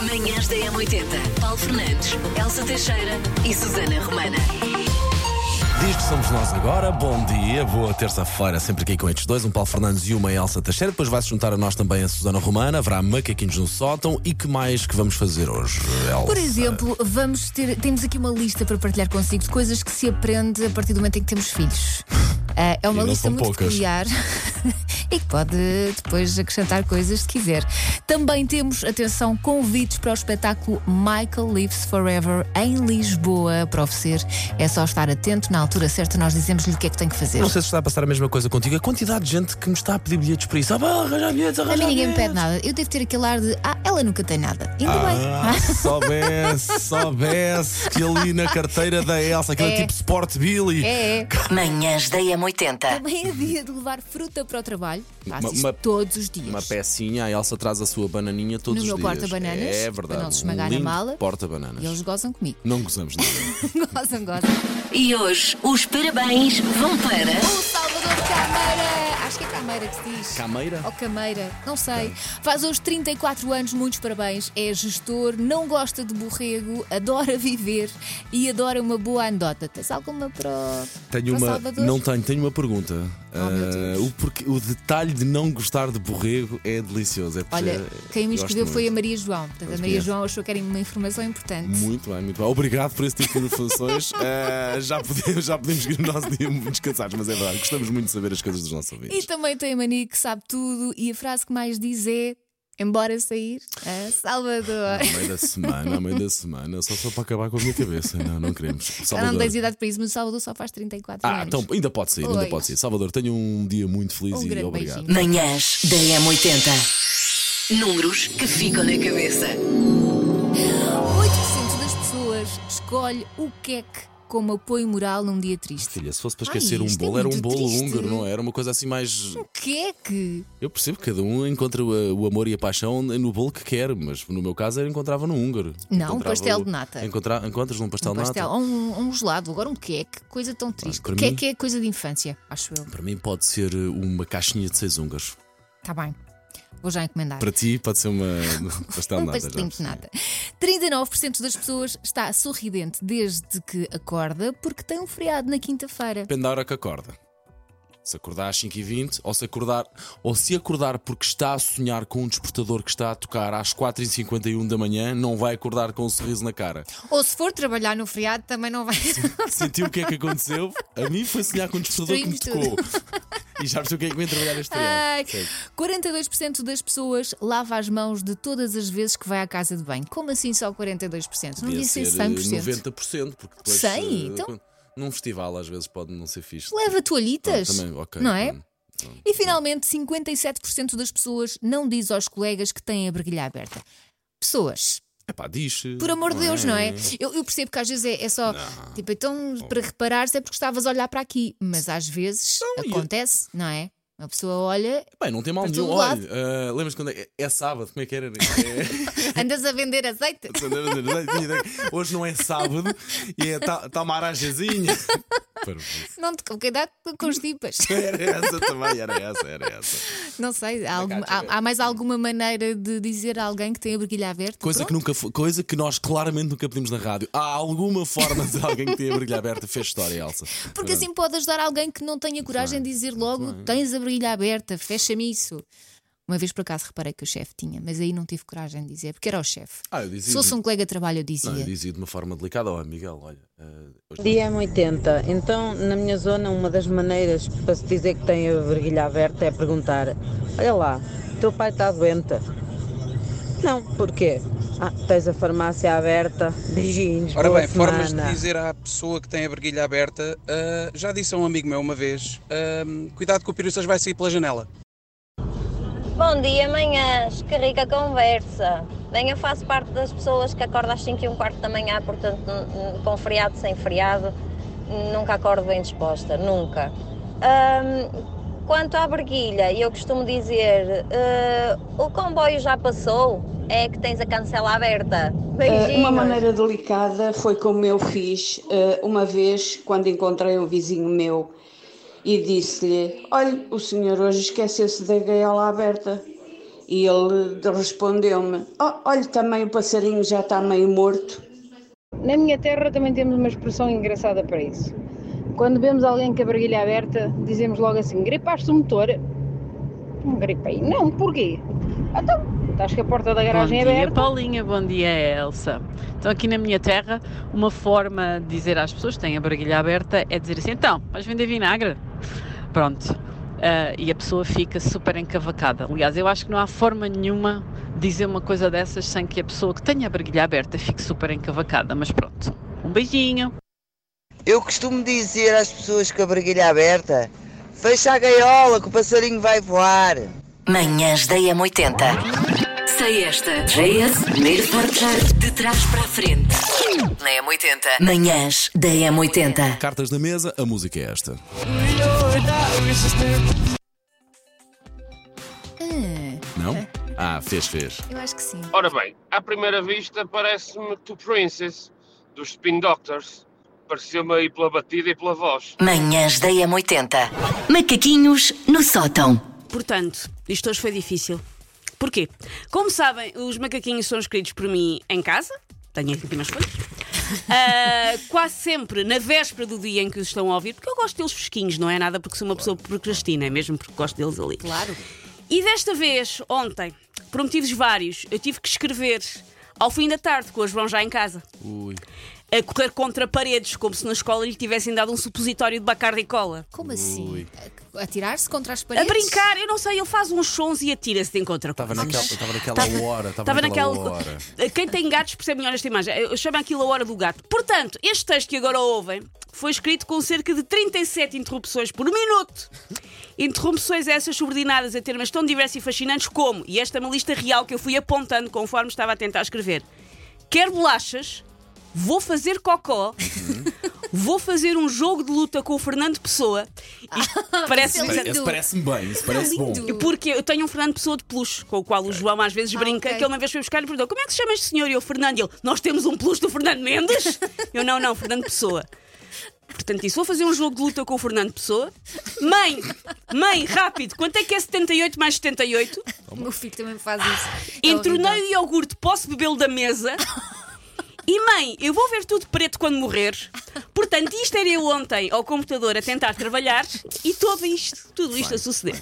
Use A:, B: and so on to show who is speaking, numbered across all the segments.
A: Manhãs da M80. Paulo Fernandes, Elsa Teixeira e Susana Romana.
B: Diz que somos nós agora. Bom dia, boa terça-feira, sempre aqui com estes dois, um Paulo Fernandes e uma Elsa Teixeira. Depois vai-se juntar a nós também a Susana Romana. Haverá macaquinhos no sótão. E que mais que vamos fazer hoje, Elsa?
C: Por exemplo, vamos ter, temos aqui uma lista para partilhar consigo de coisas que se aprende a partir do momento em que temos filhos. Ah, é uma
B: não
C: lista
B: são
C: muito
B: poucas.
C: peculiar e que pode depois acrescentar coisas se quiser. Também temos, atenção, convites para o espetáculo Michael Lives Forever em Lisboa para oferecer. É só estar atento, na altura certa nós dizemos-lhe o que é que tem que fazer.
B: Não sei se está a passar a mesma coisa contigo. A quantidade de gente que me está a pedir bilhetes para isso. Ah, vá, arranjar bilhetes,
C: A
B: arranjar
C: mim ninguém me pede
B: bilhetes.
C: nada. Eu devo ter aquele ar de, ah, ela nunca tem nada. Ainda
B: Ah,
C: bem.
B: soubesse, soubesse que ali na carteira da Elsa, aquele
C: É.
B: tipo Sport Billy.
C: É, é.
A: Manhãs da M80.
C: Também é dia de levar fruta para o trabalho. Faço
B: Uma-
C: isto
B: uma-
C: todos os dias.
B: Uma pecinha, a Elsa traz a sua bananinha todos
C: No
B: os
C: meu
B: dias.
C: porta-bananas,
B: É
C: para
B: verdade.
C: não se esmagar
B: um
C: na
B: lindo
C: mala.
B: Porta-bananas.
C: E eles gozam comigo.
B: Não gozamos nada.
C: gozam, gozam.
A: E hoje os parabéns vão para.
C: O Salvador Cameira! Acho que é Cameira que se diz.
B: Cameira?
C: Ou Cameira, não sei. Faz hoje 34 anos, muitos parabéns. É gestor, não gosta de borrego, adora viver e adora uma boa anedota. Tens alguma para. o-
B: Tenho
C: para o
B: uma,
C: Salvador?
B: não tenho, tenho uma pergunta.
C: Oh, meu Deus.
B: Ah, o, porquê- o detalhe de não gostar de borrego é delicioso. É porque
C: Olha, quem me
B: gosto
C: escreveu foi a
B: muito.
C: Maria João. Portanto, a Maria
B: conheço.
C: João achou que era uma informação importante.
B: Muito bem, muito bem. Obrigado por esse tipo de informações. Ah, já, podemos, já podemos ir no nosso dia descansados, mas é verdade, gostamos muito de saber as coisas dos nossos
C: E
B: ouvintes.
C: também tem a Mani que sabe tudo e a frase que mais diz é Embora sair a Salvador.
B: A meio da semana, a meio da semana, só só para acabar com a minha cabeça. Não, não queremos.
C: Já não
B: Salvador.
C: tens idade para isso, mas o Salvador só faz 34
B: Ah,
C: anos.
B: então ainda pode sair, ainda
C: Oi.
B: pode sair. Salvador, tenha um dia muito feliz
C: Um
B: e
C: grande
B: obrigado.
C: beijinho.
A: Manhãs da M80. Números que ficam na cabeça.
C: 8% das pessoas escolhe o que é que como apoio moral num dia triste.
B: Filha, se fosse para
C: Ai,
B: esquecer um
C: isto é
B: bolo, era um
C: muito
B: bolo
C: triste.
B: húngaro, não é? Era uma coisa assim mais.
C: O que é que?
B: Eu percebo que cada um encontra o o amor e a paixão no bolo que quer, mas no meu caso era encontrava no húngaro.
C: Não, um
B: Encontrava
C: pastel
B: o-
C: de nata.
B: Encontra... Encontras num pastel,
C: Um
B: de
C: pastel,
B: nata?
C: ou um, um gelado, agora um queque, coisa tão triste.
B: para
C: o que é
B: mim-
C: que é coisa de infância, acho eu.
B: Para mim pode ser uh, uma caixinha de seis húngaros.
C: Está Tá bem, vou já encomendar.
B: Para ti pode ser uma pastel de
C: Um
B: nata. já
C: pastelinho de
B: percebi.
C: nada. 39% das pessoas está sorridente desde que acorda porque tem um feriado na quinta-feira.
B: Depende da hora que acorda. Se acordar às 5h20 ou se acordar, ou se acordar porque está a sonhar com um despertador que está a tocar às 4h51 da manhã, não vai acordar com um sorriso na cara.
C: Ou se for trabalhar no feriado também não vai.
B: Sentiu o que é que aconteceu? A mim foi sonhar com um despertador que me
C: Destruímos
B: tocou. E já percebeu o que é que vem trabalhar este
C: Ai,
B: ano.
C: 42% das pessoas lava as mãos de todas as vezes que vai à casa de banho. Como assim só 42%? Não devia ser
B: eh,
C: 100%.
B: 90%, porque depois.
C: 100?
B: eh,
C: Então?
B: quando- Num festival às vezes pode não ser fixe.
C: Leva
B: Pronto,
C: toalhitas.
B: Ah, também, ok. hum,
C: Não é?
B: pronto.
C: E finalmente, 57% das pessoas não diz aos colegas que têm a briguilha aberta. Pessoas,
B: Epá, diz. eh,
C: Por amor de Deus, não é? Eu, eu percebo que às vezes é, é só. Tipo, então, para reparar-se é porque estavas a olhar para aqui. Mas às vezes
B: Não, e-
C: acontece, não é? Uma pessoa olha,
B: Bem, não tem mal
C: Para
B: nenhum.
C: todo lado.
B: Olha, eh, lembras quando é, é sábado? Como é que era? É-
C: andas a vender azeite.
B: Hoje não é sábado e é tá, tá uma arajazinha. Parvoíce.
C: Não te com cuidado com os tipas.
B: Era essa também, era essa, era essa.
C: Não sei, há, alguma-
B: deixa eu ver.
C: há- há mais alguma maneira de dizer a alguém que tem a briguilha aberta?
B: Coisa que,
C: Pronto.
B: nunca, fo- coisa que nós claramente nunca pedimos na rádio. Há alguma forma de alguém que tenha a brilha aberta fez história, Elsa.
C: Porque assim pode ajudar alguém que não tenha coragem de dizer logo: tens a briguilha aberta, fecha-me isso. Uma vez por acaso reparei que o chefe tinha, mas aí não tive coragem de dizer, porque era o chefe.
B: Ah, eu dizia.
C: Se fosse um colega de trabalho, eu dizia.
B: Não, eu dizia de uma forma delicada. Ó, Miguel, olha. eh, hoje-
D: Dia é 80. Então, na minha zona, uma das maneiras para se dizer que tem a verguilha aberta é perguntar: Olha lá, teu pai está doente. Não, porquê? Ah, tens a farmácia aberta. Beijinhos.
E: Ora
D: boa
E: bem, formas de
D: semana."
E: dizer à pessoa que tem a verguilha aberta, ah, já disse a um amigo meu uma vez, ah, cuidado que o Piriças vai sair pela janela.
F: Bom dia, manhãs, que rica conversa. Bem, eu faço parte das pessoas que acordam às 5 e um quarto da manhã, portanto, n- n- com feriado, sem feriado, nunca acordo bem disposta, nunca. Ahm, quanto à briguilha, eu costumo dizer, eh, o comboio já passou, é que tens a cancela
G: Eh,
F: aberta.
G: Uma
F: Beijinhos.
G: maneira delicada foi como eu fiz eh, uma vez quando encontrei um vizinho meu e disse-lhe: Olha, o senhor hoje esqueceu-se da gaiola aberta. E ele respondeu-me: "Oh, Olha, também o passarinho já está meio morto.
H: Na minha terra também temos uma expressão engraçada para isso. Quando vemos alguém com a barguilha aberta, dizemos logo assim: gripaste o motor? Não gripei. Não, porquê? Então, estás com a porta da
I: Bom
H: garagem
I: dia,
H: aberta.
I: Paulinha. Bom dia, Elsa. Então, aqui na minha terra, uma forma de dizer às pessoas que têm a barguilha aberta é dizer assim: então, vais vender vinagre? Pronto. Ah, e a pessoa fica super encavacada. Aliás, eu acho que não há forma nenhuma de dizer uma coisa dessas sem que a pessoa que tenha a barguilha aberta fique super encavacada. Mas pronto. Um beijinho.
J: Eu costumo dizer às pessoas com a barguilha aberta: fecha a gaiola que o passarinho vai voar.
A: Manhãs da M80. Sei esta. JS, primeiro portar de trás para a frente. Na M80. Manhãs da M80.
B: Cartas na mesa, a música é esta.
C: Ah,
B: Não? Ah, fez, fez.
C: eu acho que sim.
K: Ora bem, à primeira vista parece-me To Princess, dos Spin Doctors. Pareceu-me aí pela batida e pela voz.
A: Manhãs da M80. Macaquinhos no sótão.
L: Portanto, isto hoje foi difícil. Porquê? Como sabem, os macaquinhos são escritos por mim em casa. Tenho aqui umas folhas. Ah, quase sempre na véspera do dia em que os estão a ouvir, porque eu gosto deles fresquinhos, não é nada porque sou uma pessoa que procrastina, é mesmo porque gosto deles ali.
C: Claro.
L: E desta vez, ontem, por motivos vários, eu tive que escrever ao fim da tarde, que hoje vão já em casa,
B: Ui.
L: a correr contra paredes, como se na escola lhe tivessem dado um supositório de bacardi e cola.
C: Como assim?
B: Ui.
C: A tirar-se contra as
L: A
C: paredes?
L: brincar, eu não sei, ele faz um uns sons e atira-se de encontro.
B: Estava naquela, estava naquela hora.
L: Estava naquela.
B: hora.
L: Quem tem gatos percebe melhor esta imagem. Eu chamo aquilo a hora do gato. Portanto, este texto que agora ouvem foi escrito com cerca de 37 interrupções por minuto. Interrupções essas subordinadas a termos tão diversos e fascinantes como, e esta é uma lista real que eu fui apontando conforme estava a tentar escrever: quer bolachas, vou fazer cocó. Vou fazer um jogo de luta com o Fernando Pessoa. Isto parece
C: Lindo.
B: Esse parece-me bem, isso parece bom.
C: Lindo.
L: porque eu tenho um Fernando Pessoa de peluche, com o qual o João às vezes
C: Ah,
L: brinca,
C: Hum. ok.
L: que ele uma vez foi buscar e perguntou: como é que se chama este senhor? E eu, Fernando, E ele, nós temos um peluche do Fernando Mendes? eu, não, não, Fernando Pessoa. Portanto, isso, vou fazer um jogo de luta com o Fernando Pessoa. Mãe, mãe, rápido, quanto é que é 78 mais 78?
C: O meu filho também faz isso. É
L: Entronei
C: horrível.
L: o iogurte, posso bebê-lo da mesa? E mãe, eu vou ver tudo preto quando morrer. Portanto, isto era eu ontem ao computador a tentar trabalhar e todo isto, tudo isto a suceder.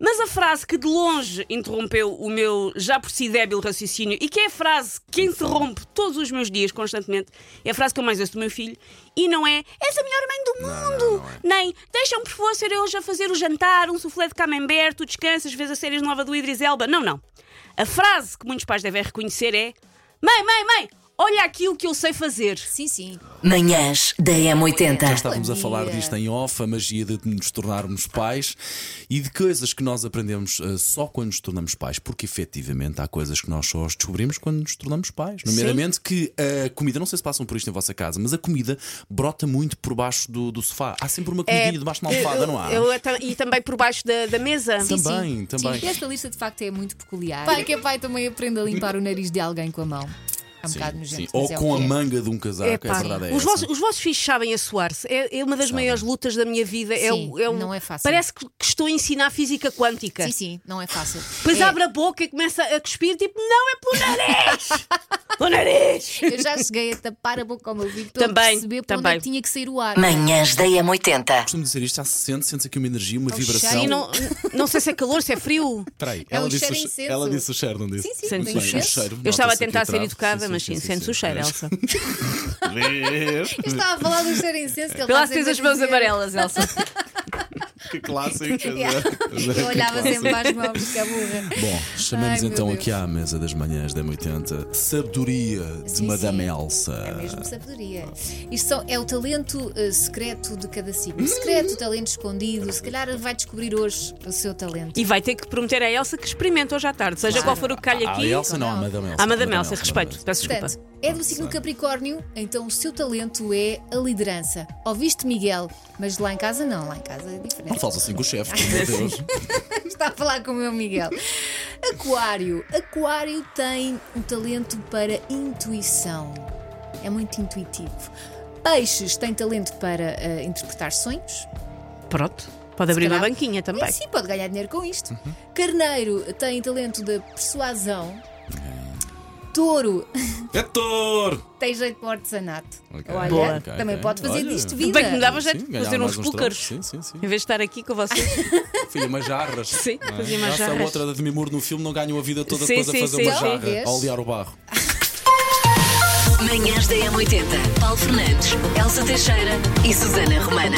L: Mas a frase que de longe interrompeu o meu já por si débil raciocínio e que é a frase que interrompe todos os meus dias constantemente, é a frase que eu mais ouço do meu filho e não é és a melhor mãe do mundo, nem deixam-me por favor ser eu hoje a fazer o jantar, um soufflé de camembert, tu descansas, vês a séries nova do Idris Elba. Não, não. A frase que muitos pais devem reconhecer é mãe, mãe, mãe, olha aquilo que eu sei fazer.
C: Sim, sim.
A: Manhãs da
B: Já
A: M80.
B: estávamos a falar
C: Magia.
B: disto em off, a magia de nos tornarmos pais e de coisas que nós aprendemos eh, só quando nos tornamos pais, porque efetivamente há coisas que nós só as descobrimos quando nos tornamos pais. Nomeadamente que a comida, não sei se passam por isto em vossa casa, mas a comida brota muito por baixo do, do sofá. Há sempre uma
C: É,
B: comidinha debaixo de uma almofada, não há?
L: e também por baixo da, mesa.
C: Sim,
B: Também,
C: sim.
B: também.
C: Sim, esta lista de facto é muito peculiar. Pai que é pai também aprende a limpar o nariz de alguém com a mão. É um bocado nojento.
B: Sim.
C: mas
B: Ou
C: é o
B: com a
C: que é.
B: manga de um casaco, é,
L: Epá,
B: verdade. É
L: os,
B: essa.
L: vossos, os vossos filhos sabem a suar-se. É, é uma das maiores lutas da minha vida. é,
C: Sim,
L: o- é o-
C: não é fácil.
L: Parece que, que estou a ensinar física quântica.
C: Sim, sim, não é fácil.
L: Depois
C: É,
L: abre a boca e começa a cuspir, tipo, não é pelo nariz! pelo nariz!
C: Eu já cheguei a tapar a boca ao meu filho para ele
L: Também,
C: perceber para onde é
L: também.
C: que tinha que sair o ar.
A: Manhãs da M80.
B: Costumo dizer isto, já se sente, sente aqui uma energia, uma vibração.
C: É cheiro.
L: E não, não sei se é calor, se é frio.
B: Espera aí,
C: É
B: ela,
C: um
B: disse o,
C: cheiro
B: che-
C: incenso.
B: ela disse o cheiro, não disse?
C: Sim, sim,
L: Sente
B: Muito
L: o
B: bem,
L: cheiro.
B: o cheiro.
L: Eu estava a
B: nota-se aqui
L: tentar
B: o
L: ser
B: travo.
L: educada,
B: Sim, sim,
L: mas
B: sim,
L: sim,
B: sim,
L: sente-se o
B: sim.
L: cheiro, Elsa.
C: Eu estava a falar do cheiro incenso que ele
L: Pelas
C: está
L: tens
C: sempre
L: as
C: a
L: mãos
C: dizer.
L: amarelas, Elsa.
B: Que clássico.
C: Yeah. Eu olhava sempre para as mãos que a burra.
B: Bom,
C: Ai,
B: chamamos
C: meu
B: então
C: Deus.
B: aqui à mesa das manhãs da M80 Sabedoria de
C: Sim,
B: Madame
C: sim.
B: Elsa.
C: É mesmo sabedoria. Isto são- é o talento eh, secreto de cada
L: Hum.
C: signo. Secreto, talento escondido. Se calhar vai descobrir hoje o seu talento.
L: E vai ter que prometer à Elsa que experimenta hoje à tarde, seja
C: Claro.
L: qual for o que calha
B: À
L: aqui.
B: Ah, Elsa, não, à Madame Elsa.
L: À Madame Elsa, respeito. Peço desculpa.
C: Portanto, é do signo Capricórnio, então o seu talento é a liderança. Ouviste Miguel, mas lá em casa não, lá em casa é
B: Não
C: diferente.
B: falas assim com o chefe, pelo amor de Deus.
C: Está a falar com o meu Miguel. Aquário. Aquário tem um talento para intuição. É muito intuitivo. Peixes tem talento para eh, interpretar sonhos.
L: Pronto. Pode
C: Se
L: abrir uma
C: calhar-
L: banquinha também.
C: Sim, pode ganhar dinheiro com isto.
B: Uhum.
C: Carneiro tem talento de persuasão. Touro
B: É touro!
C: tem jeito para o artesanato.
B: Ok.
C: Olha,
B: Boa. Ok,
C: também
B: ok.
C: pode fazer
B: Olha.
C: disto
B: Bem
C: vida.
L: que me dava jeito
B: Sim,
L: de
B: ganhava
L: fazer
B: mais
L: uns
B: uns
L: púcaros.
B: trocos. Sim, sim, sim.
L: Em vez de estar aqui com vocês.
B: Fazia umas jarras.
L: Sim,
B: não é?
L: fazia umas
B: Já se a
L: jarras.
B: outra da Demi Moore no filme não ganham a vida toda
L: Sim,
B: depois a
L: sim,
B: fazer
L: sim,
B: uma
L: sim.
B: jarra,
L: Talvez.
B: a olear o barro.
A: Manhãs da M80. Paulo Fernandes, Elsa Teixeira e Susana Romana.